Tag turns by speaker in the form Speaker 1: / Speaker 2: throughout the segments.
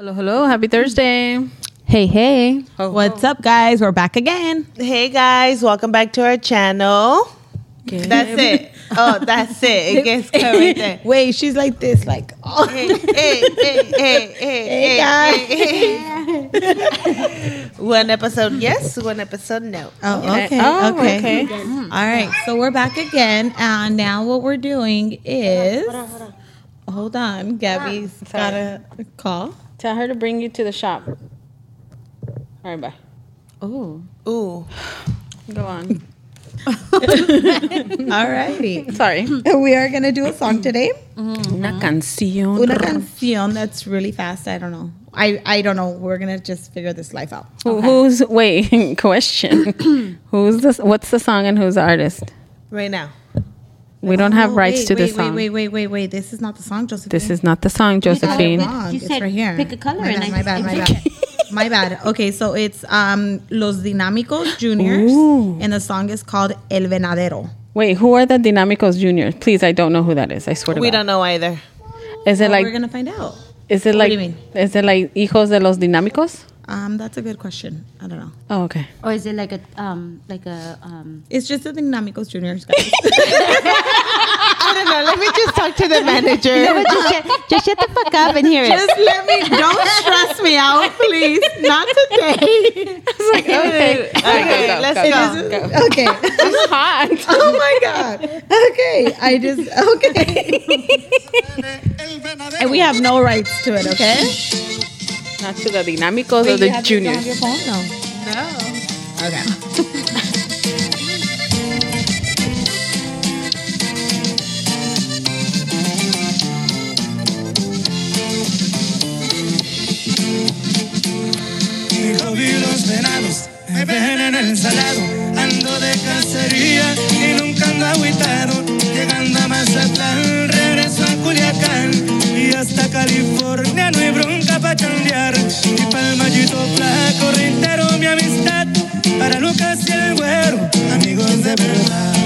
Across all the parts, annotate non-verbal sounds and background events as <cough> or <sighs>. Speaker 1: Hello, hello. Happy Thursday.
Speaker 2: Hey, hey.
Speaker 3: What's up, guys? We're back again.
Speaker 4: Hey guys, welcome back to our channel. That's it. Oh, that's it.
Speaker 3: <laughs>
Speaker 4: It gets cut right there.
Speaker 3: Wait, she's like this, like, oh,
Speaker 4: Hey, hey, hey, hey, hey, hey, hey, hey. <laughs> One episode yes, one episode no.
Speaker 3: <laughs> oh okay,
Speaker 1: Oh,
Speaker 3: okay. Mm-hmm.
Speaker 1: okay.
Speaker 3: All right, so we're back again. And now what we're doing is. Hold on, Gabby's
Speaker 4: Ah,
Speaker 3: got a call.
Speaker 1: Tell her to bring you to the shop. All right, bye.
Speaker 2: Oh,
Speaker 4: Ooh.
Speaker 1: Go
Speaker 3: <laughs>
Speaker 1: on.
Speaker 3: All
Speaker 4: <laughs>
Speaker 3: righty.
Speaker 1: Sorry.
Speaker 3: we are going to do a song today.
Speaker 1: Una canción.
Speaker 3: Una canción that's really fast. I don't know. I, I don't know. We're going to just figure this life out.
Speaker 1: Who- Who's wait? <laughs>
Speaker 3: <clears throat>
Speaker 1: question. who's this? What's the song and who's the artist?
Speaker 4: Right now.
Speaker 1: We don't have
Speaker 3: Oh,
Speaker 1: rights
Speaker 3: wait,
Speaker 1: to
Speaker 3: wait,
Speaker 1: the song.
Speaker 3: Wait, wait, wait, wait, wait. This is not the song, Josephine.
Speaker 1: This is not the song, Josephine.
Speaker 3: Wrong.
Speaker 2: You
Speaker 3: it's
Speaker 2: said
Speaker 3: right here.
Speaker 2: pick a color
Speaker 3: my
Speaker 2: and
Speaker 3: bad,
Speaker 2: I-
Speaker 3: my bad,
Speaker 2: I
Speaker 3: my
Speaker 2: picked-
Speaker 3: bad. <laughs> My bad. Okay, so it's um Los Dinámicos Juniors, and the song is called El Venadero.
Speaker 1: Wait, who are the Dinamicos Juniors? Please, I don't know who that is. I swear to
Speaker 4: We
Speaker 1: God.
Speaker 4: don't know either.
Speaker 1: Is it
Speaker 3: Well,
Speaker 1: like?
Speaker 3: we're gonna find out.
Speaker 1: is it
Speaker 3: what
Speaker 1: like?
Speaker 3: do you mean?
Speaker 1: Is it like hijos de los Dinamicos?
Speaker 3: Um, that's a good question. I don't know.
Speaker 1: Oh,
Speaker 3: <laughs>
Speaker 1: okay.
Speaker 2: or is it like a um like a um?
Speaker 3: It's just the Dinámicos Juniors. Guys.
Speaker 4: <laughs> I don't know. Let me just talk to the
Speaker 2: <laughs>
Speaker 4: manager.
Speaker 1: <laughs>
Speaker 2: just, shut, just shut the fuck up and hear it.
Speaker 3: just let me. Don't stress me out, please. Not today.
Speaker 1: okay.
Speaker 4: Okay, let's go.
Speaker 3: Okay.
Speaker 1: It's hot.
Speaker 3: Oh my god. Okay. I just okay. and we have no rights to it. Okay.
Speaker 1: Not to the Dinamicos or
Speaker 3: Wait, you
Speaker 1: the
Speaker 3: have this on
Speaker 1: Juniors.
Speaker 3: your phone? No. Okay.
Speaker 5: Mi hobby los venados me ven en el salado. Ando de cacería y nunca ando agüitado. Llegando a Mazatlán, regreso a Culiacán. Y hasta California no hay bronca pa' chambear. Y palmallito flaco reitero mi amistad. Para Lucas y el güero, amigos de verdad.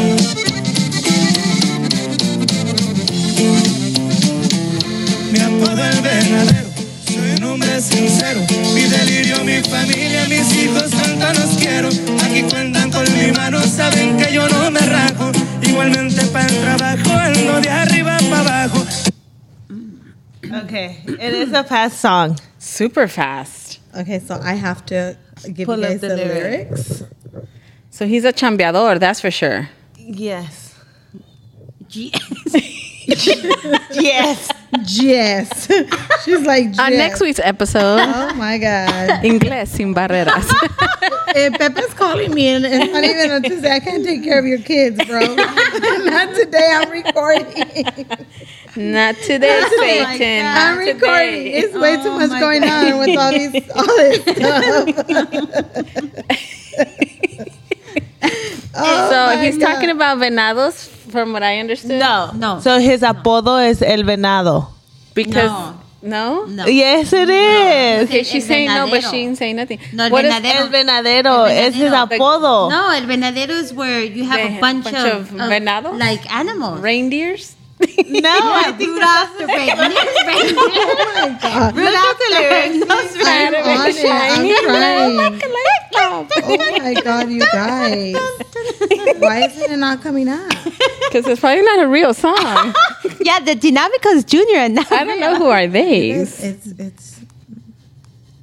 Speaker 5: Mi apodo el venadero, soy un hombre sincero. Mi delirio, mi familia, mis hijos, tanto los quiero. Aquí cuentan con mi mano, saben que yo no me rajo. Igualmente para el trabajo, ando de arriba para abajo.
Speaker 4: Okay. It is a fast song.
Speaker 1: Super fast.
Speaker 3: Okay, so I have to give
Speaker 4: Pull
Speaker 3: you
Speaker 4: up
Speaker 3: guys
Speaker 4: the
Speaker 3: the,
Speaker 4: lyrics.
Speaker 3: lyrics.
Speaker 1: So he's a chambeador, that's for sure.
Speaker 4: Yes.
Speaker 2: G-
Speaker 4: <laughs> Yes.
Speaker 3: Yes. She's like, yes.
Speaker 1: On next week's episode,
Speaker 3: <laughs> Oh my God.
Speaker 1: Inglés sin barreras.
Speaker 3: Eh, Pepe's calling me, and it's not even on Tuesday. I can't take care of your kids,
Speaker 1: <laughs>
Speaker 3: bro. not today. I'm recording.
Speaker 1: <laughs> Not today, Satan.
Speaker 3: I'm
Speaker 1: Not today. Oh
Speaker 3: recording. It's way too much going on with
Speaker 1: <laughs>
Speaker 3: all these all this stuff. Oh
Speaker 1: so
Speaker 3: my
Speaker 1: he's
Speaker 3: God.
Speaker 1: talking about venados, from what I understood.
Speaker 4: No.
Speaker 2: No.
Speaker 4: So his apodo is El Venado.
Speaker 1: Because
Speaker 2: No.
Speaker 1: no.
Speaker 2: no,
Speaker 4: Yes, it is.
Speaker 1: Okay, she's
Speaker 2: El
Speaker 1: saying no, but
Speaker 2: venadero.
Speaker 1: she didn't say nothing.
Speaker 2: No, el
Speaker 1: What is-
Speaker 2: venadero.
Speaker 4: El Venadero. Es his
Speaker 2: Venadero.
Speaker 4: apodo.
Speaker 2: no. El venadero is where you have
Speaker 1: Ve-
Speaker 2: a bunch,
Speaker 1: bunch
Speaker 2: of,
Speaker 1: of venados?
Speaker 2: like animals.
Speaker 1: reindeers? <laughs>
Speaker 4: No, I
Speaker 2: Yeah,
Speaker 4: think
Speaker 2: Rudolph the red-nosed reindeer.
Speaker 3: Oh my God.
Speaker 4: Look at the lyrics.
Speaker 3: I'm on
Speaker 1: <laughs>
Speaker 3: it. I'm crying.
Speaker 1: Because
Speaker 3: Oh my god, you guys. Why isn't it not coming up?
Speaker 1: it's probably not a real song.
Speaker 2: Yeah, the Dinamicos Junior and now <laughs>
Speaker 1: I don't know who are they.
Speaker 3: It's it's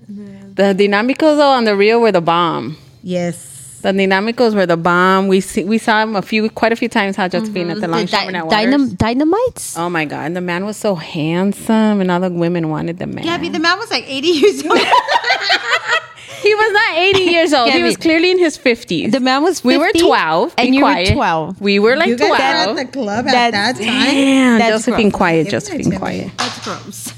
Speaker 1: The Dinamicos though on the real were the bomb.
Speaker 3: yes.
Speaker 1: The Dinamicos were the bomb. We see, we saw him a few, quite a few times. How Josephine at the
Speaker 2: Mm-hmm. the
Speaker 1: Longshoreman
Speaker 2: di-
Speaker 1: at Waters.
Speaker 2: dynam- dynamites.
Speaker 1: Oh my God! And the man was so handsome, and all the women wanted the man.
Speaker 2: Gabby, the man was like 80 years old.
Speaker 1: he was not 80
Speaker 2: <laughs>
Speaker 1: years old. he
Speaker 2: Gabby.
Speaker 1: was clearly in his 50s.
Speaker 2: <laughs> The man was
Speaker 1: we were
Speaker 2: 50,
Speaker 1: 12. Be
Speaker 2: and you were
Speaker 1: quiet.
Speaker 2: 12.
Speaker 1: We were like
Speaker 3: You guys were
Speaker 1: 12.
Speaker 3: at the club at that
Speaker 2: That's-
Speaker 1: <laughs>
Speaker 3: time.
Speaker 1: Damn,
Speaker 2: That's
Speaker 1: Josephine,
Speaker 2: gross.
Speaker 1: quiet,
Speaker 3: Give
Speaker 1: Josephine,
Speaker 3: it to
Speaker 1: quiet,
Speaker 3: me.
Speaker 2: That's gross.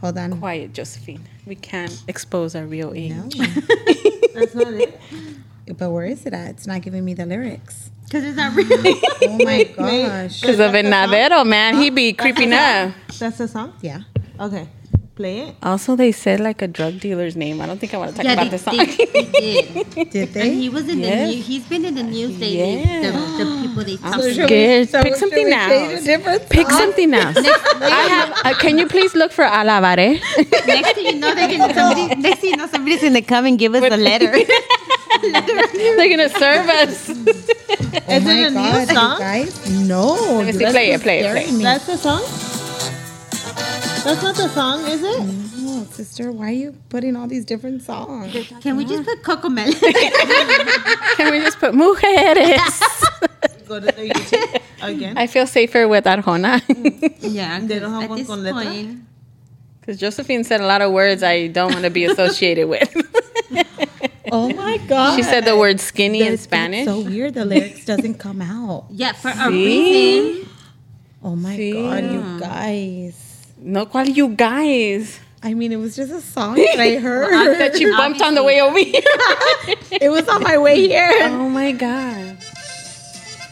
Speaker 3: Hold on.
Speaker 1: quiet, Josephine. We can't expose our real age. <laughs>
Speaker 4: That's not it.
Speaker 3: But where is it at? It's not giving me the
Speaker 1: <laughs>
Speaker 3: lyrics.
Speaker 2: Because it's not real.
Speaker 3: Oh my gosh.
Speaker 1: Because of Venadero, man, he be creeping up.
Speaker 4: That's the song?
Speaker 3: Yeah.
Speaker 4: Okay. play it.
Speaker 1: Also, they said like a drug dealer's name. I don't think I want to talk
Speaker 2: Yeah,
Speaker 1: about
Speaker 2: they,
Speaker 1: this song. <laughs>
Speaker 2: they, they did.
Speaker 3: Did they?
Speaker 2: And he was in
Speaker 1: Yes.
Speaker 2: the news. He's been in the news lately.
Speaker 1: Yeah.
Speaker 2: The, the people they talk
Speaker 1: I'm
Speaker 2: to.
Speaker 1: scared.
Speaker 3: so
Speaker 1: Pick
Speaker 3: should
Speaker 1: something
Speaker 3: we
Speaker 1: now.
Speaker 3: change a different
Speaker 1: Pick
Speaker 3: song?
Speaker 1: something else.
Speaker 3: <laughs>
Speaker 1: I have. Uh, can you please look for Alabaré?
Speaker 2: Next thing you know, they're gonna somebody, next thing you know, somebody's gonna come and give us a letter.
Speaker 1: <laughs> They're gonna serve
Speaker 3: <laughs>
Speaker 1: us.
Speaker 3: Oh
Speaker 4: Is
Speaker 3: my
Speaker 4: it a new
Speaker 3: God, you
Speaker 4: song?
Speaker 3: guys? No.
Speaker 1: me see.
Speaker 3: that's
Speaker 1: Play it, play it,
Speaker 3: what's
Speaker 1: play it.
Speaker 3: scaring me.
Speaker 4: That's the song? That's not the song, is it?
Speaker 3: No, sister, why are you putting all these different songs?
Speaker 1: <laughs>
Speaker 2: Can we just put Coco Melon?
Speaker 1: Can we just put mujeres?
Speaker 4: Go to the <laughs> YouTube again.
Speaker 1: I feel safer with Arjona <laughs>
Speaker 2: yeah,
Speaker 4: They don't have
Speaker 2: at
Speaker 4: one
Speaker 2: this
Speaker 4: con letra?
Speaker 2: point,
Speaker 1: because Josephine said a lot of words I don't want to be associated with. <laughs>
Speaker 3: Oh my God.
Speaker 1: she said the word skinny in
Speaker 3: That's- that's
Speaker 1: Spanish.
Speaker 3: So weird. The lyrics doesn't come out.
Speaker 2: yeah, for a
Speaker 1: See?
Speaker 2: reason.
Speaker 3: Oh my
Speaker 1: See?
Speaker 3: God, you guys.
Speaker 1: No, cual you guys
Speaker 3: I mean, it was just
Speaker 1: <laughs>
Speaker 3: a song that I heard. <laughs>
Speaker 1: that you bumped on the way over here.
Speaker 3: it was on my way
Speaker 1: <laughs>
Speaker 3: here.
Speaker 1: oh my god!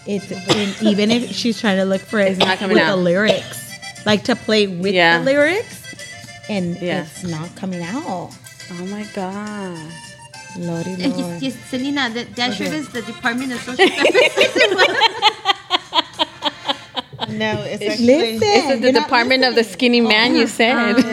Speaker 3: It, and even if she's trying to look for it
Speaker 1: not coming
Speaker 3: with
Speaker 1: out.
Speaker 3: the lyrics, like to play with
Speaker 1: Yeah.
Speaker 3: the lyrics, and
Speaker 1: Yeah.
Speaker 3: it's not coming out.
Speaker 1: Oh my god!
Speaker 3: Lordy
Speaker 2: And
Speaker 3: Lord.
Speaker 2: just, just Selena, that, that shirt is the Department of Social Services.
Speaker 4: No, it's
Speaker 3: Listen,
Speaker 4: actually
Speaker 1: This is the
Speaker 3: you're not
Speaker 1: department of the
Speaker 3: listening. Oh.
Speaker 1: skinny man. you said.
Speaker 3: <laughs>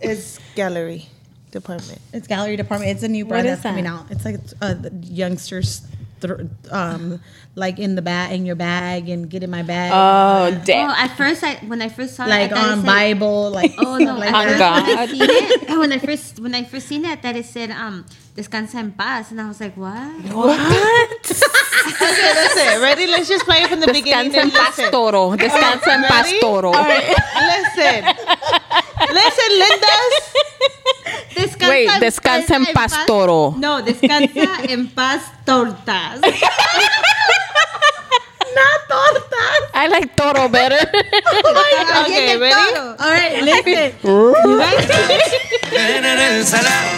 Speaker 4: it's gallery <laughs> department.
Speaker 3: It's gallery department. It's a new brand
Speaker 1: is
Speaker 3: that's coming
Speaker 1: that?
Speaker 3: out. It's like it's, uh, the youngsters, thr um, like in the bag, in your bag, and get in my bag.
Speaker 1: oh damn!
Speaker 2: Oh, at first, I when I first saw
Speaker 3: like
Speaker 2: it, I thought it
Speaker 3: on
Speaker 2: said-
Speaker 3: Bible, like
Speaker 2: Oh no!
Speaker 3: like
Speaker 2: at
Speaker 1: On
Speaker 2: first
Speaker 3: that.
Speaker 2: When I,
Speaker 1: God.
Speaker 2: seen it, when I first when I first seen it, that it said um "Descansa en paz," and I was like, "What?"
Speaker 4: Okay, that's it. Ready? Let's just play it from the beginning.
Speaker 1: Descansa en
Speaker 4: and
Speaker 1: paz,
Speaker 4: listen.
Speaker 1: toro. Descansa en paz,
Speaker 4: Ready?
Speaker 1: toro.
Speaker 4: All right. Listen.
Speaker 1: <laughs>
Speaker 4: Listen, Lindas.
Speaker 2: Descansa
Speaker 1: Wait,
Speaker 2: en-
Speaker 1: descansa en paz, toro.
Speaker 2: No, descansa en paz
Speaker 1: <laughs>
Speaker 2: tortas.
Speaker 1: I like toro <laughs> better.
Speaker 4: Okay, ready?
Speaker 3: <laughs>
Speaker 2: All right, listen.
Speaker 5: en el salado.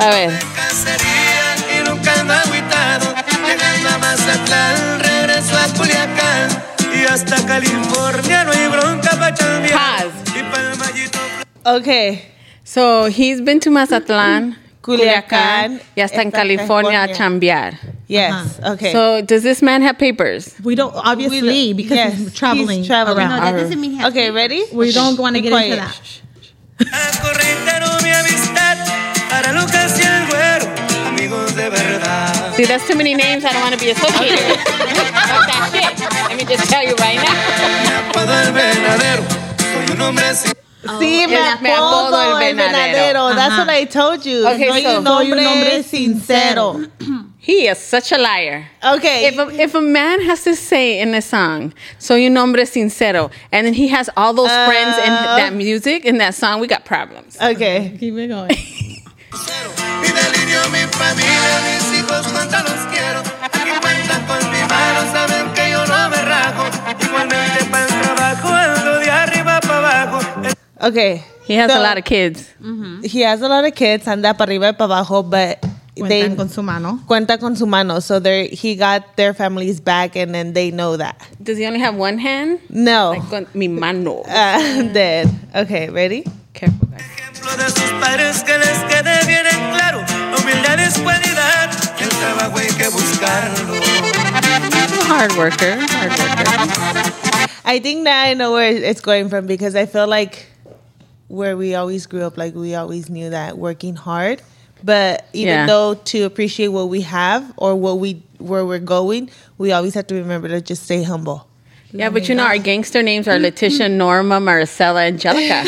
Speaker 1: A ver.
Speaker 5: Cacería y nunca ando agüitado. Llegando a Mazatlán, regreso a Culiacán. Y hasta California no hay bronca pa' chambear.
Speaker 1: Paz.
Speaker 5: Y palmayito
Speaker 4: Okay.
Speaker 1: So he's been to Mazatlán,
Speaker 4: Culiacán,
Speaker 1: y hasta en
Speaker 4: está
Speaker 1: California a chambear.
Speaker 4: Yes. Okay.
Speaker 1: So does this man have papers?
Speaker 3: we don't obviously
Speaker 4: We-
Speaker 3: because
Speaker 4: yes,
Speaker 3: he's traveling,
Speaker 4: he's traveling.
Speaker 2: No,
Speaker 3: around.
Speaker 2: that doesn't mean he has
Speaker 4: okay,
Speaker 2: papers.
Speaker 4: ready?
Speaker 3: we don't want to
Speaker 4: Be
Speaker 3: get
Speaker 4: quiet.
Speaker 3: into that.
Speaker 5: Acorrentaron mi amistad para Lucas y el güero, amigos de verdad.
Speaker 1: See, that's too many names. I don't want to be <laughs> associated. with. Fuck that shit. Let me just tell you right now.
Speaker 5: Me apodo el venadero, soy un hombre sin
Speaker 4: Sí, me
Speaker 1: el- me apodo
Speaker 4: apodo
Speaker 1: el
Speaker 4: el
Speaker 1: venadero.
Speaker 4: venadero. That's
Speaker 3: Oh. Ajá.
Speaker 4: what I told you.
Speaker 1: Okay,
Speaker 4: Soy
Speaker 1: so-
Speaker 4: un
Speaker 3: Soy un
Speaker 4: hombre
Speaker 3: hombre
Speaker 4: sincero.
Speaker 1: He is such a liar.
Speaker 4: Okay.
Speaker 1: If a, if a man has to say in a song, soy un hombre sincero, and then he has all those friends in
Speaker 4: Uh,
Speaker 1: that music, in that song, we got problems.
Speaker 4: okay.
Speaker 3: Keep it going.
Speaker 5: Y delirio mi familia, mis hijos cuánta los quiero. Aquí cuentan con mi mano, saben que yo no me rajo. Igualmente para el trabajo, ando de arriba para abajo.
Speaker 4: Okay.
Speaker 1: He has
Speaker 4: So,
Speaker 1: a lot of kids.
Speaker 4: He has a lot of kids. Anda para arriba y para abajo, but they
Speaker 3: Cuentan con su mano.
Speaker 4: cuenta con su mano. So they he got their family's back, and then they know that.
Speaker 1: Does he only have one hand?
Speaker 4: No.
Speaker 1: Like con mi mano.
Speaker 4: <laughs> Uh, then okay, ready?
Speaker 1: Careful, guys.
Speaker 5: Ejemplo de sus padres que les quede bien en claro. La humildad es cualidad, el trabajo hay que buscarlo.
Speaker 1: He's a hard worker. Hard worker.
Speaker 4: I think now I know where it's going from because I feel like where we always grew up, like we always knew that working hard. But even
Speaker 1: Yeah.
Speaker 4: though to appreciate what we have or what we where we're going, we always have to remember to just stay humble.
Speaker 1: Yeah, but you know, our gangster names are <laughs> Letitia, Norma, Maricela, Angelica,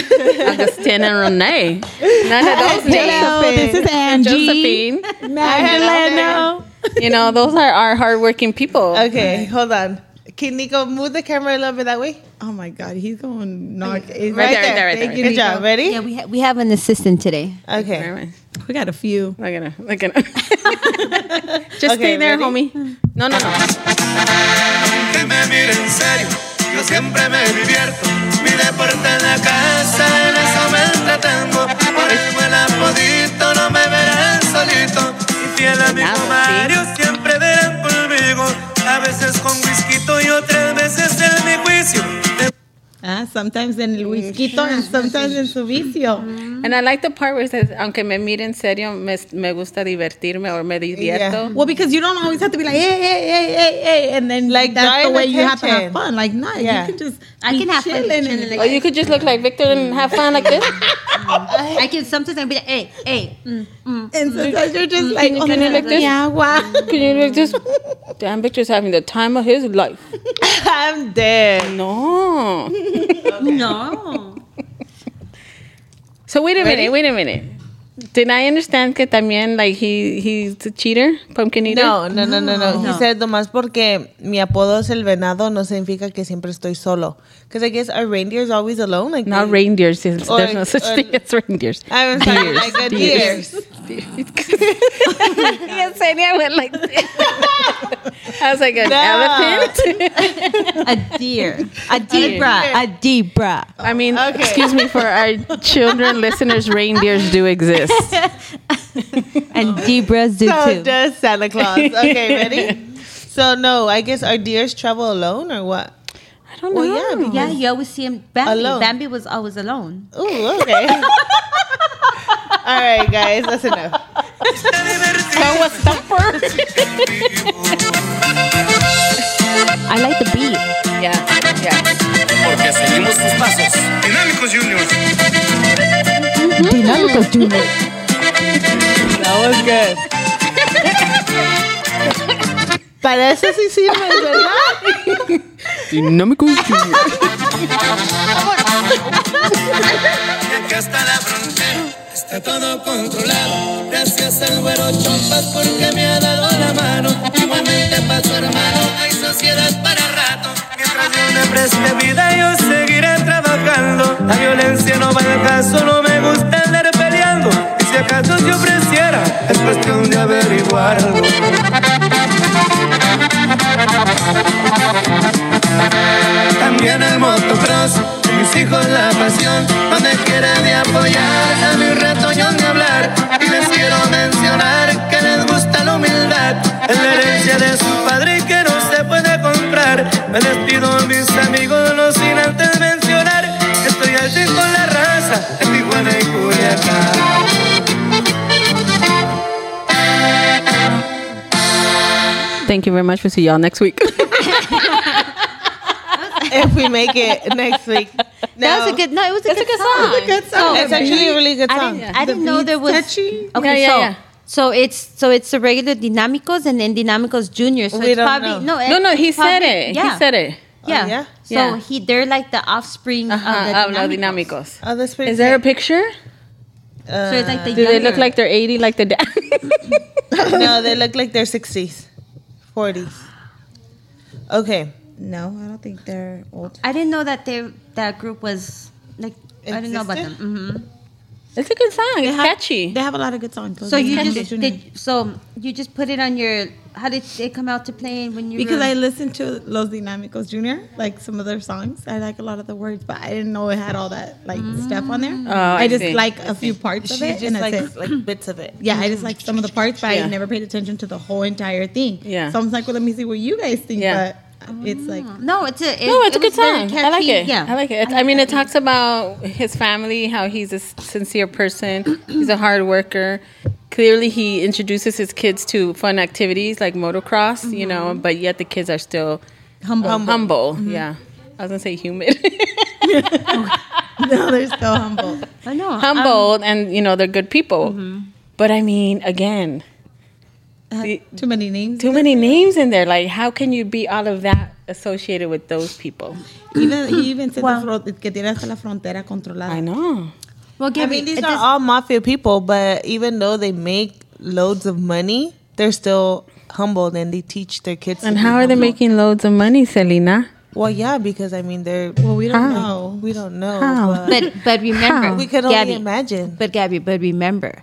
Speaker 1: Augustina, and Renee. None of those names.
Speaker 3: Hello, this is Angie.
Speaker 1: Josephine.
Speaker 3: Magdaleno.
Speaker 1: You know, those are our hardworking people.
Speaker 4: Okay, hold on. Can Nico move the camera a little bit that way?
Speaker 3: Oh my God, he's going knock.
Speaker 1: Right there,
Speaker 4: there.
Speaker 1: right there, right
Speaker 3: Thank you,
Speaker 1: there.
Speaker 4: Good job.
Speaker 3: Nico.
Speaker 4: Ready?
Speaker 2: Yeah, we ha- we have an assistant today.
Speaker 1: Where am
Speaker 4: Okay.
Speaker 1: I?
Speaker 3: We got a few.
Speaker 1: Look at her. Look
Speaker 4: <laughs>
Speaker 1: at her. Just stay
Speaker 4: Okay,
Speaker 1: there,
Speaker 4: ready?
Speaker 1: homie. No, no, no.
Speaker 5: Que me mire en serio, yo siempre me divierto. Mi deporte en la casa, en eso me entretengo. Por eso el apodito no me verán solito. Y fiel amigo
Speaker 1: Bravo,
Speaker 5: Mario siempre verán
Speaker 6: <laughs>
Speaker 5: conmigo. A veces con whisky y otras veces en mi juicio.
Speaker 3: That's Ah, sometimes en
Speaker 4: Mm,
Speaker 3: el whisky and sometimes en su
Speaker 4: <laughs>
Speaker 3: vicio.
Speaker 1: And I like the part where it says, aunque me mire en serio, me, me gusta divertirme or me divierto.
Speaker 3: Well, because you don't always have to be like, hey, hey, hey, hey, hey, and then like
Speaker 4: Like,
Speaker 3: that's
Speaker 4: draw
Speaker 3: the
Speaker 4: in
Speaker 3: way you have to have
Speaker 4: attention.
Speaker 3: fun. Like, no,
Speaker 4: Yeah.
Speaker 3: you can just
Speaker 2: I
Speaker 3: be
Speaker 2: can have fun
Speaker 3: chilling
Speaker 2: chilling
Speaker 3: and-
Speaker 2: like-
Speaker 1: Or you could just look like Victor and have fun like
Speaker 4: <laughs>
Speaker 1: this.
Speaker 2: I can sometimes I'll be like, hey, hey, mm, mm.
Speaker 3: And sometimes you're just like,
Speaker 1: you
Speaker 3: oh,
Speaker 1: do it like this?
Speaker 3: yeah, wow.
Speaker 1: Can you look this? Damn, Victor's having the time of his life.
Speaker 4: I'm dead.
Speaker 1: No.
Speaker 2: no.
Speaker 1: So wait a minute, wait a minute. Did I understand que también like he he's the cheater, pumpkin eater?
Speaker 4: No, no, no, no, no. He said nomás porque mi apodo es el venado no significa que siempre estoy solo. Because I guess are reindeers always alone? Like
Speaker 1: Not
Speaker 4: they-
Speaker 1: reindeers. There's
Speaker 4: Or-
Speaker 1: there's no such
Speaker 4: or-
Speaker 1: thing as reindeers.
Speaker 4: I'm sorry, like a deer.
Speaker 1: <laughs> yes, and I went like this. I was like an
Speaker 4: No.
Speaker 1: elephant.
Speaker 2: A deer. A debra. A debra.
Speaker 1: I mean,
Speaker 4: Okay.
Speaker 1: excuse me for our children listeners, reindeers do exist.
Speaker 2: And debras do
Speaker 4: So does Santa
Speaker 1: <laughs>
Speaker 4: Claus. Okay, ready? so no, I guess are deers travel alone or what?
Speaker 1: I don't know.
Speaker 4: Well, yeah, because-
Speaker 2: Yeah, you always see him. Bambi.
Speaker 4: Alone.
Speaker 2: Bambi was always alone.
Speaker 4: Ooh, okay. <laughs> All right, guys, that's enough.
Speaker 1: That was tougher.
Speaker 2: I like the beat.
Speaker 1: yeah, yeah.
Speaker 6: porque seguimos sus pasos.
Speaker 5: Dinámicos Juniors.
Speaker 4: That was good. Para eso sí sirve, ¿verdad?
Speaker 5: Que hasta la frontera está todo controlado. Gracias al güero Chompas porque me ha dado la mano. Igualmente para su hermano hay sociedad para rato. Mientras yo me preste vida yo seguiré trabajando. La violencia no va al caso, no me gusta andar peleando. Y si acaso yo ofreciera, es cuestión de averiguarlo. También el motocross, de mis hijos la pasión, donde quiera de apoyar, a mi ratoñón de hablar. Y les quiero mencionar que les gusta la humildad, es la herencia de su padre que no se puede comprar. Me despido mis amigos, no sin antes mencionar que estoy al cien con la raza, en Tijuana y Culiacán.
Speaker 1: Thank you very much. We'll see y'all next week.
Speaker 4: If we make it next week.
Speaker 2: That
Speaker 4: No,
Speaker 2: was a good. No, it was a, good, song.
Speaker 4: good song. It's actually a really good
Speaker 2: I
Speaker 4: song.
Speaker 2: didn't, I didn't know there was.
Speaker 4: touchy.
Speaker 2: Okay,
Speaker 1: Yeah, yeah, yeah.
Speaker 2: so so it's so it's the regular Dinamicos and then Dinamicos Junior. So
Speaker 4: We
Speaker 2: it's
Speaker 4: don't
Speaker 2: probably
Speaker 4: know.
Speaker 2: no, it-
Speaker 1: no, no, he
Speaker 2: it's probably-
Speaker 1: said it. He said it.
Speaker 2: Yeah.
Speaker 4: Oh, yeah?
Speaker 2: So
Speaker 1: Yeah.
Speaker 2: he they're like the offspring
Speaker 1: Uh-huh,
Speaker 2: of
Speaker 1: of
Speaker 2: the
Speaker 1: los
Speaker 2: Dinamicos.
Speaker 1: dinámicos.
Speaker 4: Oh, that's pretty
Speaker 1: Is there a picture?
Speaker 4: Uh,
Speaker 2: So it's like the
Speaker 1: Do they look
Speaker 2: younger-
Speaker 1: like they're 80 like the dad?
Speaker 4: Uh, no, they look like they're 60s, 40s. Okay.
Speaker 3: No, I don't think they're old.
Speaker 2: I didn't know that they that group was like I didn't know about them. hmm
Speaker 1: <laughs> It's a good song. It's catchy.
Speaker 3: They have a lot of good songs.
Speaker 2: So you
Speaker 3: Dinamicos
Speaker 2: just
Speaker 3: Junior.
Speaker 2: did, so you just put it on your. How did they come out to play when you?
Speaker 3: because
Speaker 2: were,
Speaker 1: Mm-hmm.
Speaker 3: I listened to Los Dinamicos Junior, like some of their songs. I like a lot of the words, but I didn't know it had all that like stuff on there.
Speaker 1: Mm. Oh, I
Speaker 3: just
Speaker 1: see.
Speaker 3: like a few parts of
Speaker 4: She
Speaker 3: it,
Speaker 4: just
Speaker 3: and that's
Speaker 4: like,
Speaker 3: it.
Speaker 4: like bits of it.
Speaker 3: Yeah, I just like some of the parts, but
Speaker 1: Mm-hmm. Yeah.
Speaker 3: I never paid attention to the whole entire thing.
Speaker 1: Yeah.
Speaker 3: So I'm like, well, let me see what you guys think.
Speaker 1: Yeah. Ah.
Speaker 3: But it's like,
Speaker 2: no, it's a it,
Speaker 1: No, Oh, it's a
Speaker 2: it
Speaker 1: good
Speaker 2: was very
Speaker 1: song. I like
Speaker 2: catchy.
Speaker 1: it.
Speaker 2: Yeah,
Speaker 1: I like it. It's- I mean, it talks about his family, how he's a s- sincere person, <clears throat> he's a hard worker. Clearly, he introduces his kids to fun activities like motocross, you know,
Speaker 2: Mm-hmm.
Speaker 1: but yet the kids are still um,
Speaker 3: humble.
Speaker 1: humble. Yeah. I was going to say humid.
Speaker 3: <laughs>
Speaker 1: <laughs>
Speaker 3: no, they're so humble.
Speaker 2: I know.
Speaker 1: Humbled, and, you know, they're good people.
Speaker 2: Mm-hmm.
Speaker 1: But I mean, again, the-
Speaker 3: Too many names.
Speaker 1: too many names in there. Like, how can you be all of that associated with those people?
Speaker 3: even he even said
Speaker 2: Wow.
Speaker 3: the fro- que tiene hasta la frontera controlada.
Speaker 1: I know.
Speaker 2: Well,
Speaker 4: I
Speaker 2: Gabby,
Speaker 4: mean, these
Speaker 2: it
Speaker 4: are
Speaker 2: just-
Speaker 4: all mafia people, but even though they make loads of money, they're still humbled and they teach their kids. to
Speaker 1: And
Speaker 4: be
Speaker 1: how are they
Speaker 4: humble.
Speaker 1: making loads of money, Selena?
Speaker 4: Well, yeah, because I mean, they're
Speaker 3: Well, we don't
Speaker 1: How?
Speaker 3: know.
Speaker 4: we don't know.
Speaker 1: How?
Speaker 4: But
Speaker 2: but but remember,
Speaker 1: How?
Speaker 4: we could only
Speaker 2: Gabby,
Speaker 4: imagine.
Speaker 2: But Gabby, but remember,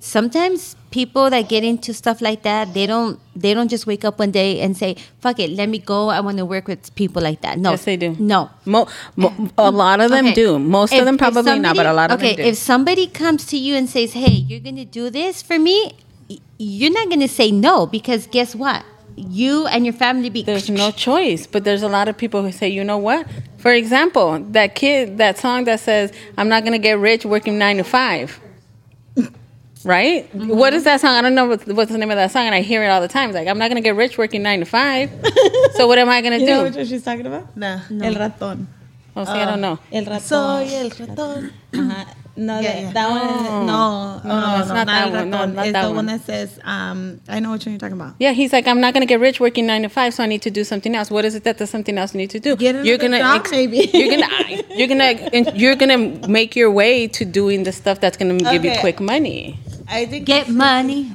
Speaker 2: sometimes people that get into stuff like that, they don't they don't just wake up one day and say, "Fuck it, let me go. I want to work with people like that." No,
Speaker 1: Yes, they do.
Speaker 2: No,
Speaker 1: Mo- mo- a lot of them
Speaker 2: Mm, Okay.
Speaker 1: do. Most
Speaker 2: If-
Speaker 1: of them
Speaker 2: if
Speaker 1: probably not, but a
Speaker 2: somebody-
Speaker 1: lot of
Speaker 2: okay,
Speaker 1: them do.
Speaker 2: if somebody comes to you and says, "Hey, you're going to do this for me," y- you're not going to say no because guess what? You and your family be
Speaker 1: there's no choice, but there's a lot of people who say, you know what? For example, that kid, that song that says, I'm not going to get rich working nine to five. <laughs> Right?
Speaker 2: Mm-hmm.
Speaker 1: What is that song? I don't know what, what's the name of that song, and I hear it all the time. It's like, I'm not going to get rich working nine to five. <laughs> so what am I going to
Speaker 3: You know which
Speaker 1: do?
Speaker 3: one she's talking about?
Speaker 4: Nah.
Speaker 3: El ratón.
Speaker 1: Oh, see, I don't
Speaker 2: Uh,
Speaker 1: know.
Speaker 3: El ratón.
Speaker 4: Soy el ratón.
Speaker 3: Ajá. No,
Speaker 4: Yeah,
Speaker 3: that,
Speaker 4: yeah.
Speaker 3: that one is, no, Oh. no, no,
Speaker 1: it's not that
Speaker 3: el
Speaker 1: one. No,
Speaker 3: ratón.
Speaker 1: not
Speaker 3: it's
Speaker 1: that
Speaker 3: the
Speaker 1: one.
Speaker 3: one. that says, um, I know which one you're talking about.
Speaker 1: Yeah, he's like, I'm not gonna get rich working nine to five, so I need to do something else. What is it that does something else need to do?
Speaker 3: Get another job, maybe.
Speaker 1: <laughs> you're gonna, you're gonna, and you're gonna make your way to doing the stuff that's gonna give you
Speaker 4: Okay.
Speaker 1: quick
Speaker 3: <laughs>
Speaker 1: money.
Speaker 4: I think
Speaker 2: Get money.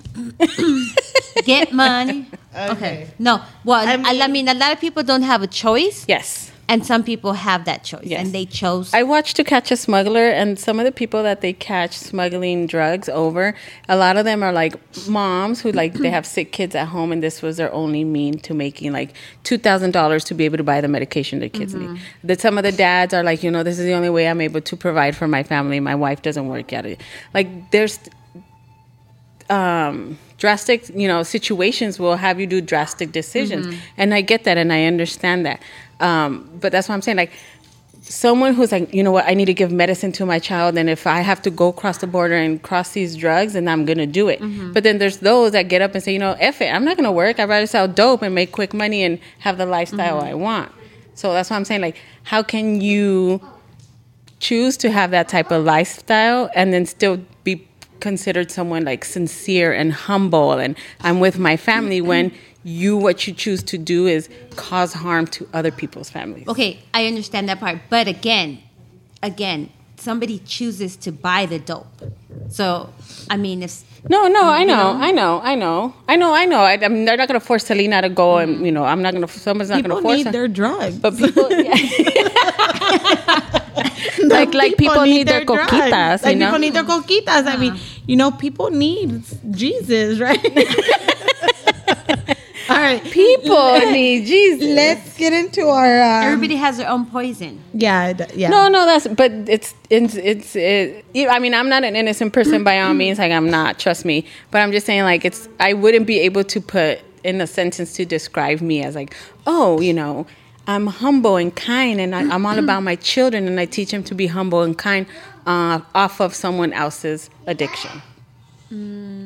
Speaker 2: Get money. <laughs> Okay. No. Well, I mean, I mean, a lot of people don't have a choice,
Speaker 1: Yes,
Speaker 2: and some people have that choice,
Speaker 1: Yes.
Speaker 2: and they chose.
Speaker 1: I watched To Catch a Smuggler, and some of the people that they catch smuggling drugs over, a lot of them are like moms who like they have sick kids at home, and this was their only mean to making like two thousand dollars to be able to buy the medication their kids need. That some of the dads are like, you know, this is the only way I'm able to provide for my family. My wife doesn't work at it. Like there's um, drastic, you know, situations will have you do drastic decisions, and I get that and I understand that. Um, but that's what I'm saying, like someone who's like, you know what, I need to give medicine to my child, and if I have to go across the border and cross these drugs, then I'm gonna do it. But then there's those that get up and say, you know, F it, I'm not gonna work. I'd rather sell dope and make quick money and have the lifestyle I want. So that's what I'm saying, like, how can you choose to have that type of lifestyle and then still be considered someone like sincere and humble and I'm with my family when you what you choose to do is cause harm to other people's families.
Speaker 2: Okay, I understand that part, but again, again, somebody chooses to buy the dope. So, I mean, if
Speaker 1: No, no, I know, I know, I know, I know, I know. I, I mean, they're not gonna force Selena to go, and you know, I'm not gonna. Someone's not
Speaker 3: People
Speaker 1: gonna force
Speaker 3: need
Speaker 1: her.
Speaker 3: their drugs.
Speaker 1: but people, <laughs> like like people need their,
Speaker 3: drugs.
Speaker 1: coquitas,
Speaker 3: Like
Speaker 1: you know.
Speaker 3: people need their coquitas. I mean, you know, people need Jesus, <laughs> right? All right.
Speaker 1: People
Speaker 3: <laughs>
Speaker 1: need Jesus.
Speaker 3: Let's get into our. Um,
Speaker 2: everybody has their own poison.
Speaker 3: yeah, d- yeah.
Speaker 1: No, no, that's but it's it's it's it, you- I mean, I'm not an innocent person by all means. Like I'm not, trust me. But I'm just saying, like it's I wouldn't be able to put in a sentence to describe me as like, oh, you know, I'm humble and kind, and I, I'm all about my children, and I teach them to be humble and kind uh, off of someone else's addiction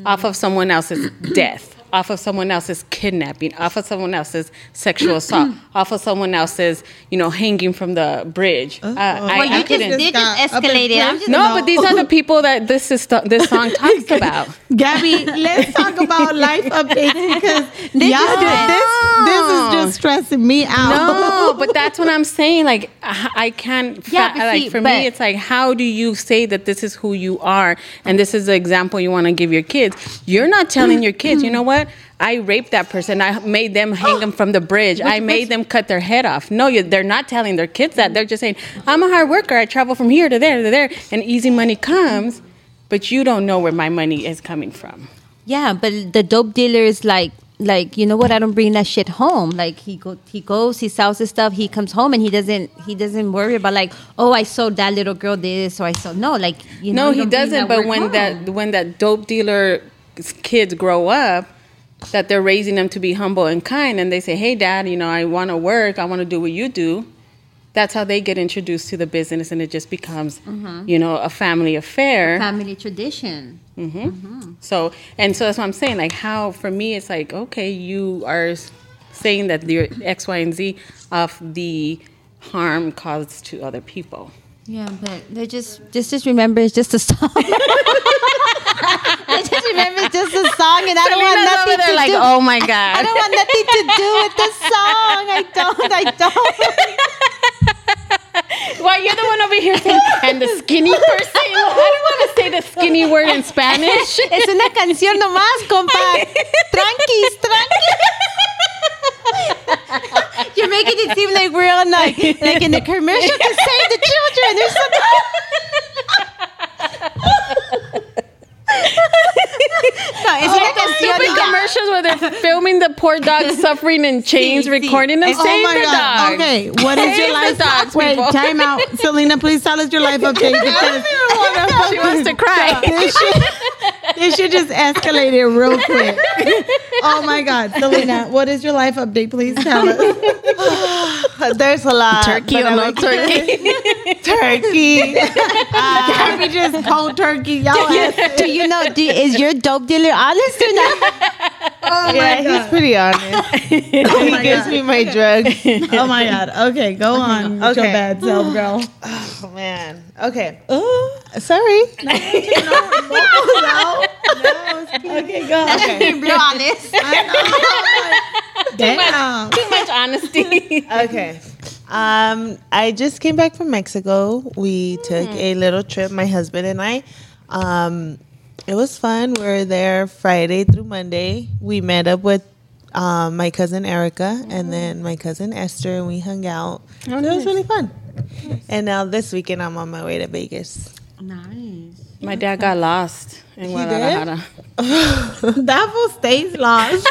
Speaker 1: off of someone else's death, off of someone else's kidnapping, off of someone else's sexual assault, off of someone else's, you know, hanging from the bridge. Uh, I,
Speaker 2: Well,
Speaker 1: I
Speaker 2: you just
Speaker 1: couldn't.
Speaker 2: did
Speaker 3: got
Speaker 2: just
Speaker 3: up in
Speaker 2: escalated. I'm just
Speaker 1: <laughs> no, but these are the people that this is this song
Speaker 2: <laughs>
Speaker 1: talks about.
Speaker 3: Gabby, let's <laughs> talk about life updates because y'all,
Speaker 2: just-
Speaker 3: this, this is just stressing
Speaker 1: <laughs>
Speaker 3: me out.
Speaker 1: No, Oh, but that's what I'm saying. Like I I can't.
Speaker 2: Yeah,
Speaker 1: fa-
Speaker 2: but
Speaker 1: like
Speaker 2: see,
Speaker 1: for
Speaker 2: but-
Speaker 1: me, it's like how do you say that this is who you are and this is the example you want to give your kids? You're not telling your kids, you know what? I raped that person. I made them hang them from the bridge. I made them cut their head off. No, you, they're not telling their kids that. They're just saying, I'm a hard worker. I travel from here to there to there, and easy money comes. But you don't know where my money is coming from.
Speaker 2: Yeah, but the dope dealer is like, like you know what? I don't bring that shit home. Like he go, he goes, he sells his stuff, he comes home, and he doesn't, he doesn't worry about like, oh, I sold that little girl this, or I sold no, like you know.
Speaker 1: No,
Speaker 2: you
Speaker 1: he
Speaker 2: don't bring
Speaker 1: doesn't.
Speaker 2: that
Speaker 1: But
Speaker 2: work
Speaker 1: when
Speaker 2: home.
Speaker 1: that when that dope dealer kids grow up, that they're raising them to be humble and kind, and they say, "Hey, dad, you know, I want to work. I want to do what you do." That's how they get introduced to the business, and it just becomes, you know, a family affair. Mm-hmm.
Speaker 2: family tradition.
Speaker 1: So, and so that's what I'm saying. Like, how for me, it's like, okay, you are s- saying that you're X, Y, and Z of the harm caused to other people.
Speaker 2: Yeah, but they just just just remember it's just a song.
Speaker 1: <laughs>
Speaker 2: <laughs> I just remember it's just a song, and I don't want
Speaker 1: Selena's
Speaker 2: nothing
Speaker 1: over there
Speaker 2: to
Speaker 1: like,
Speaker 2: do.
Speaker 1: oh my god.
Speaker 2: I don't want nothing to do with the song. I don't. I <laughs> don't.
Speaker 1: Why you're the one over here saying and the skinny person? I don't want to say the skinny word in
Speaker 3: <laughs>
Speaker 1: Spanish.
Speaker 2: Es una canción nomás, compa. Tranquis, tranquis. You're making it seem like we're on like like in the commercial to save the children. There's some. no, es una canción.
Speaker 1: Stupid
Speaker 2: y ya.
Speaker 1: commercials where they're filming the poor
Speaker 3: <laughs>
Speaker 1: dog suffering in chains,
Speaker 2: Sí, sí.
Speaker 1: recording them.
Speaker 2: Oh
Speaker 1: Save
Speaker 3: my
Speaker 1: the
Speaker 3: God.
Speaker 1: dog.
Speaker 3: Okay, what is
Speaker 1: Save
Speaker 3: your
Speaker 1: the
Speaker 3: life?
Speaker 1: dogs,
Speaker 3: Wait,
Speaker 1: people.
Speaker 3: time out, <laughs> Selena. Please tell us your life update because
Speaker 1: she wants to cry.
Speaker 3: this shit, This should just escalated real quick. oh my God, Selena, what is your life update? Please tell us.
Speaker 4: <laughs> There's a lot.
Speaker 1: turkey
Speaker 4: but
Speaker 1: or
Speaker 4: I
Speaker 1: no
Speaker 4: like-
Speaker 1: turkey?
Speaker 4: <laughs> Turkey.
Speaker 3: Can
Speaker 4: <laughs>
Speaker 3: we just cold turkey, y'all?
Speaker 2: do you know? Do, is your dope dealer honest or not?
Speaker 3: Oh
Speaker 4: yeah, he's pretty honest. he gives me my drugs.
Speaker 3: Oh my God. Okay, go on. with Your
Speaker 4: Okay.
Speaker 3: bad self, <sighs> girl.
Speaker 4: Oh, man. Okay.
Speaker 3: Oh,
Speaker 4: Sorry.
Speaker 3: no. Okay, go. Okay.
Speaker 2: Real honest.
Speaker 3: Damn.
Speaker 1: Too <laughs> much honesty.
Speaker 4: Okay. Um, I just came back from Mexico. We took
Speaker 3: Hmm.
Speaker 4: a little trip, my husband and I. Um, it was fun. We were there Friday through Monday. We met up with um, my cousin Erica
Speaker 3: Mm-hmm.
Speaker 4: and then my cousin Esther, and we hung out.
Speaker 3: Oh,
Speaker 4: it was really fun. And now this weekend, I'm on my way to Vegas.
Speaker 2: Nice.
Speaker 1: My dad got lost in Guadalajara.
Speaker 3: <laughs> That fool stays lost.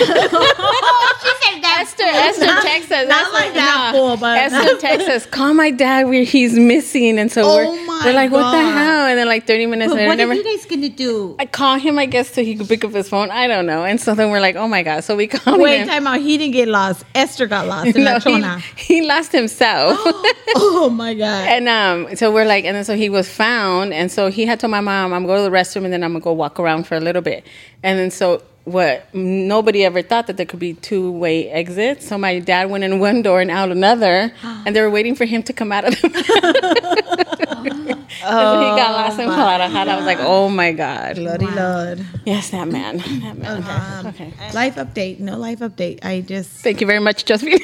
Speaker 1: Esther, Esther, Texas. Esther,
Speaker 3: not like that fool, but-
Speaker 1: Esther, Texas. Call my dad where he's missing, and so
Speaker 3: Oh
Speaker 1: we're,
Speaker 3: my
Speaker 1: we're like, what the
Speaker 3: God.
Speaker 1: hell? And then like 30 minutes
Speaker 2: But
Speaker 1: later,
Speaker 2: what
Speaker 1: never.
Speaker 2: are you guys gonna do?
Speaker 1: I call him, I guess, so he could pick up his phone. I don't know. And so then we're like, oh my god. So we call
Speaker 3: Wait,
Speaker 1: him.
Speaker 3: time out. He didn't get lost. Esther got lost <laughs> in
Speaker 1: No, <laughs>
Speaker 3: La
Speaker 1: he,
Speaker 3: Chona.
Speaker 1: he lost himself.
Speaker 3: <laughs> Oh my God.
Speaker 1: <laughs> And um, so we're like, and then so he was found, and so he had told my mom, "I'm going to the restroom, and then I'm gonna go walk around for a little bit." And then so what? Nobody ever thought that there could be two way exits. So my dad went in one door and out
Speaker 3: <gasps>
Speaker 1: another, and they were waiting for him to come out of the. oh, <laughs> so he got lost in Guadalajara. I was like, "Oh my god!"
Speaker 3: Bloody Oh, Lord. Oh,
Speaker 1: Yes, that man. That man. Okay.
Speaker 3: Life update. No life update. I <laughs> just
Speaker 1: Thank you very much, Josephine.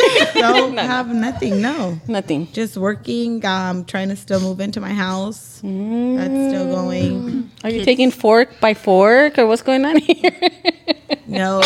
Speaker 1: <laughs>
Speaker 3: don't have nothing. No.
Speaker 1: Nothing.
Speaker 3: Just working, um, trying to still move into my house. That's still going.
Speaker 1: Are you taking fork by fork, or what's going on here?
Speaker 3: No.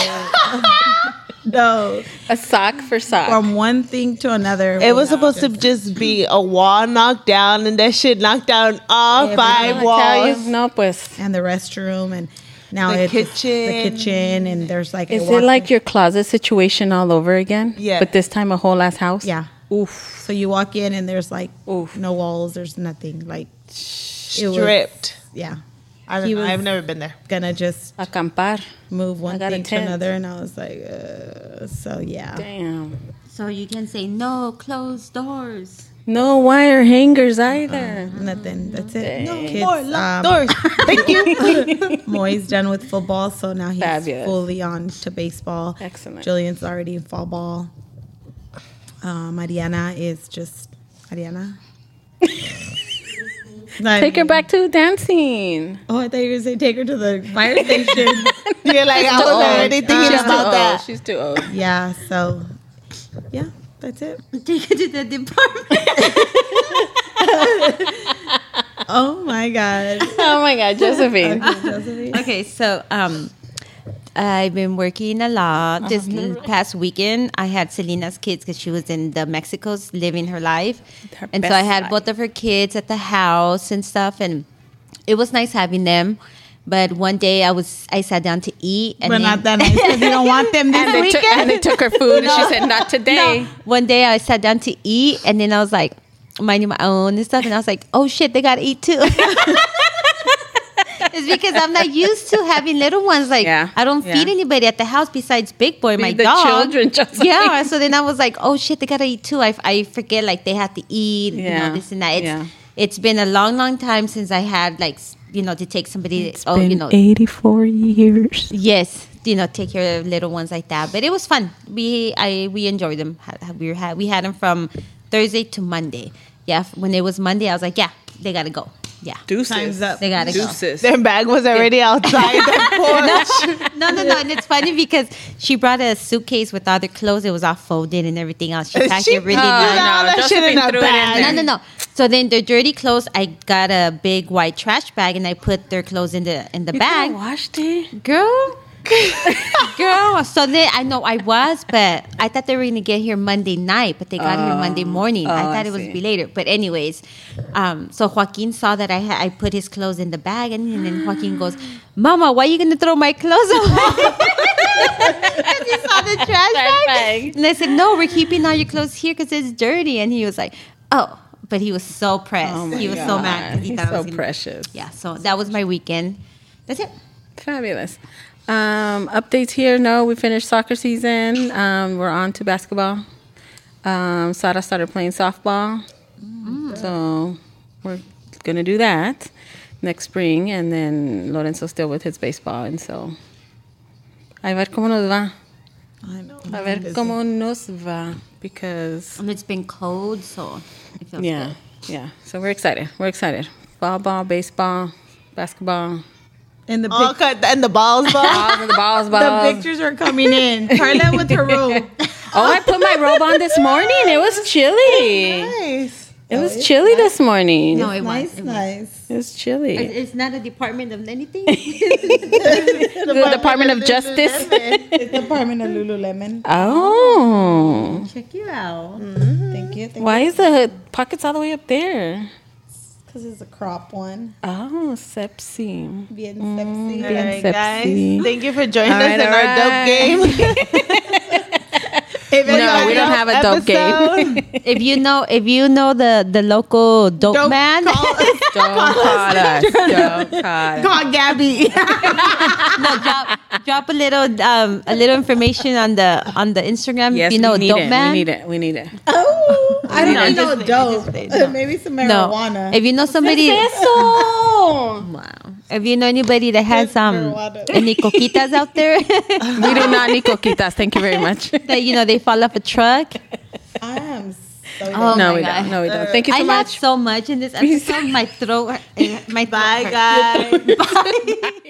Speaker 3: <laughs> no.
Speaker 1: A sock for sock.
Speaker 3: From one thing to another.
Speaker 4: <laughs> It was supposed to just be a wall knocked down, and that shit knocked down all
Speaker 3: Yeah, but I
Speaker 4: five
Speaker 1: I tell you,
Speaker 4: walls.
Speaker 1: no, pues.
Speaker 3: and the restroom and now
Speaker 4: The
Speaker 3: it's the
Speaker 4: kitchen.
Speaker 3: kitchen and there's like a
Speaker 1: Is it
Speaker 3: walk-in.
Speaker 1: like your closet situation all over again?
Speaker 4: Yeah.
Speaker 1: But this time a whole ass house?
Speaker 3: yeah.
Speaker 1: Oof.
Speaker 3: So you walk in and there's like
Speaker 1: Oof.
Speaker 3: no walls, there's nothing. Like it was-
Speaker 4: Stripped.
Speaker 3: yeah.
Speaker 4: I don't
Speaker 3: he
Speaker 4: know.
Speaker 3: was-
Speaker 4: I've never been there. <laughs>
Speaker 3: Gonna just
Speaker 1: Acampar.
Speaker 3: move one
Speaker 1: got a
Speaker 3: thing to
Speaker 1: tent.
Speaker 3: another, and I was like, uh, so yeah.
Speaker 1: Damn.
Speaker 2: So you can say no closed doors.
Speaker 1: No wire hangers either.
Speaker 3: Nothing. That's it. No
Speaker 4: Or
Speaker 3: kids.
Speaker 4: locked
Speaker 3: Um,
Speaker 4: doors.
Speaker 3: <laughs>
Speaker 4: Thank you.
Speaker 3: Moy's done with football, so now he's
Speaker 1: Fabulous.
Speaker 3: fully on to baseball.
Speaker 1: Excellent.
Speaker 3: Julian's already in fall ball. Um, Ariana is just Ariana. Like-
Speaker 1: Take her back to dancing.
Speaker 3: Oh, I thought you were gonna say take her to the fire station.
Speaker 4: You're like, I was already thinking
Speaker 1: She's too
Speaker 4: about
Speaker 1: old.
Speaker 4: that.
Speaker 1: She's too old.
Speaker 3: yeah. So, yeah, that's it.
Speaker 2: Take it to <laughs> the department.
Speaker 3: Oh my god.
Speaker 1: Oh my God, Josephine.
Speaker 2: okay, so um, I've been working a lot. This
Speaker 1: Uh-huh.
Speaker 2: l- past weekend, I had Selena's kids because she was in the Mexico's living her life,
Speaker 1: Her
Speaker 2: and so
Speaker 1: best
Speaker 2: I had
Speaker 1: life.
Speaker 2: both of her kids at the house and stuff, and it was nice having them. But one day I was I sat down to eat, and
Speaker 3: But
Speaker 2: then- <laughs>
Speaker 3: not that nice because you don't want them this
Speaker 1: and, they took,
Speaker 3: weekend.
Speaker 1: and they took her food and she said, not today.
Speaker 2: one day I sat down to eat, and then I was like minding my own and stuff, and I was like, oh shit, they gotta eat too.
Speaker 1: <laughs>
Speaker 2: it's because I'm not used to having little ones. Like
Speaker 1: Yeah.
Speaker 2: I don't
Speaker 1: Yeah.
Speaker 2: feed anybody at the house besides Big Boy, my
Speaker 1: the
Speaker 2: dog.
Speaker 1: children, <laughs> just
Speaker 2: yeah.
Speaker 1: like-
Speaker 2: <laughs> So then I was like, oh shit, they gotta eat too. I, I forget like they have to eat, you
Speaker 1: Yeah.
Speaker 2: know, this and that. It's
Speaker 1: Yeah.
Speaker 2: it's been a long, long time since I had like s- you know to take somebody. oh, you know,
Speaker 1: 84 years.
Speaker 2: Yes, you know, take your little ones like that. But it was fun. We I we enjoyed them. Had- had- We were- had we had them from Thursday to Monday. Yeah, f- when it was Monday, I was like, yeah, they gotta go. Yeah,
Speaker 1: Deuces.
Speaker 3: Time's up.
Speaker 2: they gotta go.
Speaker 1: Deuces.
Speaker 4: Their bag was already
Speaker 3: <laughs>
Speaker 4: outside the porch.
Speaker 2: <laughs> No, no, no. And it's funny because she brought a suitcase with all their clothes. It was all folded and everything else. She packed
Speaker 4: <laughs> She
Speaker 2: it really
Speaker 4: threw
Speaker 2: nice.
Speaker 4: all that shit in
Speaker 1: Josephine
Speaker 4: a
Speaker 1: threw it in
Speaker 4: bag.
Speaker 2: No, no, no. So then the dirty clothes, I got a big white trash bag and I put their clothes in the in the bag.
Speaker 1: Washed it. <laughs>
Speaker 2: girl girl so then i know i was but i thought they were gonna get here monday night but they got here monday morning i
Speaker 1: oh,
Speaker 2: thought
Speaker 1: I
Speaker 2: it was
Speaker 1: see.
Speaker 2: be later but anyways um, so joaquin saw that i had i put his clothes in the bag and, and then joaquin goes mama why are you gonna throw my clothes away <laughs> 'Cause he saw the trash
Speaker 1: Trash
Speaker 2: bag
Speaker 1: bag.
Speaker 2: and i said no we're keeping all your clothes here because it's dirty and he was like oh but he was so pressed
Speaker 1: Oh my
Speaker 2: he was so
Speaker 1: God.
Speaker 2: mad 'cause he
Speaker 1: He's
Speaker 2: thought I
Speaker 1: so
Speaker 2: was gonna-
Speaker 1: precious.
Speaker 2: yeah so that was my weekend that's it
Speaker 1: Fabulous. Um, updates here. No, we finished soccer season. Um, we're on to basketball. Um, Sara started playing softball.
Speaker 3: Mm.
Speaker 1: So we're going to do that next spring. And then Lorenzo still with his baseball. And so, a ver cómo nos va.
Speaker 3: I know.
Speaker 1: A ver cómo nos va. Because
Speaker 2: And it's been cold, so it feels
Speaker 1: yeah, yeah. So we're excited. We're excited. Ball, ball, baseball, basketball.
Speaker 3: And the,
Speaker 4: <laughs> All
Speaker 3: pic-
Speaker 4: cut and the balls ball.
Speaker 1: Balls, the balls,
Speaker 3: the
Speaker 1: balls.
Speaker 3: pictures are coming in. Carla with her robe.
Speaker 1: Oh, I put my robe on this morning. It was chilly.
Speaker 4: <laughs> nice.
Speaker 1: It was chilly this morning.
Speaker 2: Oh, No, it
Speaker 3: Nice,
Speaker 2: was. It was.
Speaker 3: nice.
Speaker 1: It was chilly.
Speaker 2: It's not a department of anything. <laughs>
Speaker 1: The Department of Justice.
Speaker 3: It's Department of Lululemon.
Speaker 1: <laughs> Oh,
Speaker 2: Check you out.
Speaker 3: Thank you. Thank
Speaker 1: why is the pockets all the way up there?
Speaker 3: Because it's a crop one.
Speaker 1: Oh, sepsi.
Speaker 3: Bien sexy.
Speaker 4: All right, guys.
Speaker 1: Sepsi.
Speaker 4: Thank you for joining
Speaker 1: All
Speaker 4: us
Speaker 1: right,
Speaker 4: in
Speaker 1: all
Speaker 4: our
Speaker 1: right.
Speaker 4: dope
Speaker 3: <laughs>
Speaker 4: game. If
Speaker 1: No, we
Speaker 4: anybody
Speaker 1: don't have a dope
Speaker 4: episode,
Speaker 1: game.
Speaker 2: If you know, if you know the the local dope,
Speaker 4: Dope
Speaker 2: man,
Speaker 4: call,
Speaker 1: Don't call us. Don't call us.
Speaker 4: call Gabby. <laughs>
Speaker 2: no, <laughs> drop, drop a little um a little information on the on the Instagram.
Speaker 1: Yes,
Speaker 2: if you know
Speaker 1: we need
Speaker 2: dope
Speaker 1: it.
Speaker 2: man.
Speaker 1: We need it. We need it.
Speaker 3: Oh, I
Speaker 1: No,
Speaker 3: don't
Speaker 4: just
Speaker 3: know.
Speaker 4: wait,
Speaker 3: Dope.
Speaker 4: just wait, no.
Speaker 3: Maybe some
Speaker 2: No,
Speaker 3: marijuana.
Speaker 2: if you know somebody, <laughs> wow. If you know anybody that has um
Speaker 3: marijuana.
Speaker 2: any coquitas out there, <laughs>
Speaker 1: We do not need coquitas. Thank you very much.
Speaker 2: that you know they fall off a truck.
Speaker 3: I am so
Speaker 2: Oh
Speaker 1: no,
Speaker 2: my
Speaker 1: we
Speaker 2: God.
Speaker 1: don't. No, we don't. Thank you so
Speaker 2: I laughed
Speaker 1: much.
Speaker 2: so much in this episode. my eh, throat, my throat
Speaker 4: Bye,
Speaker 2: hurt.
Speaker 4: guys.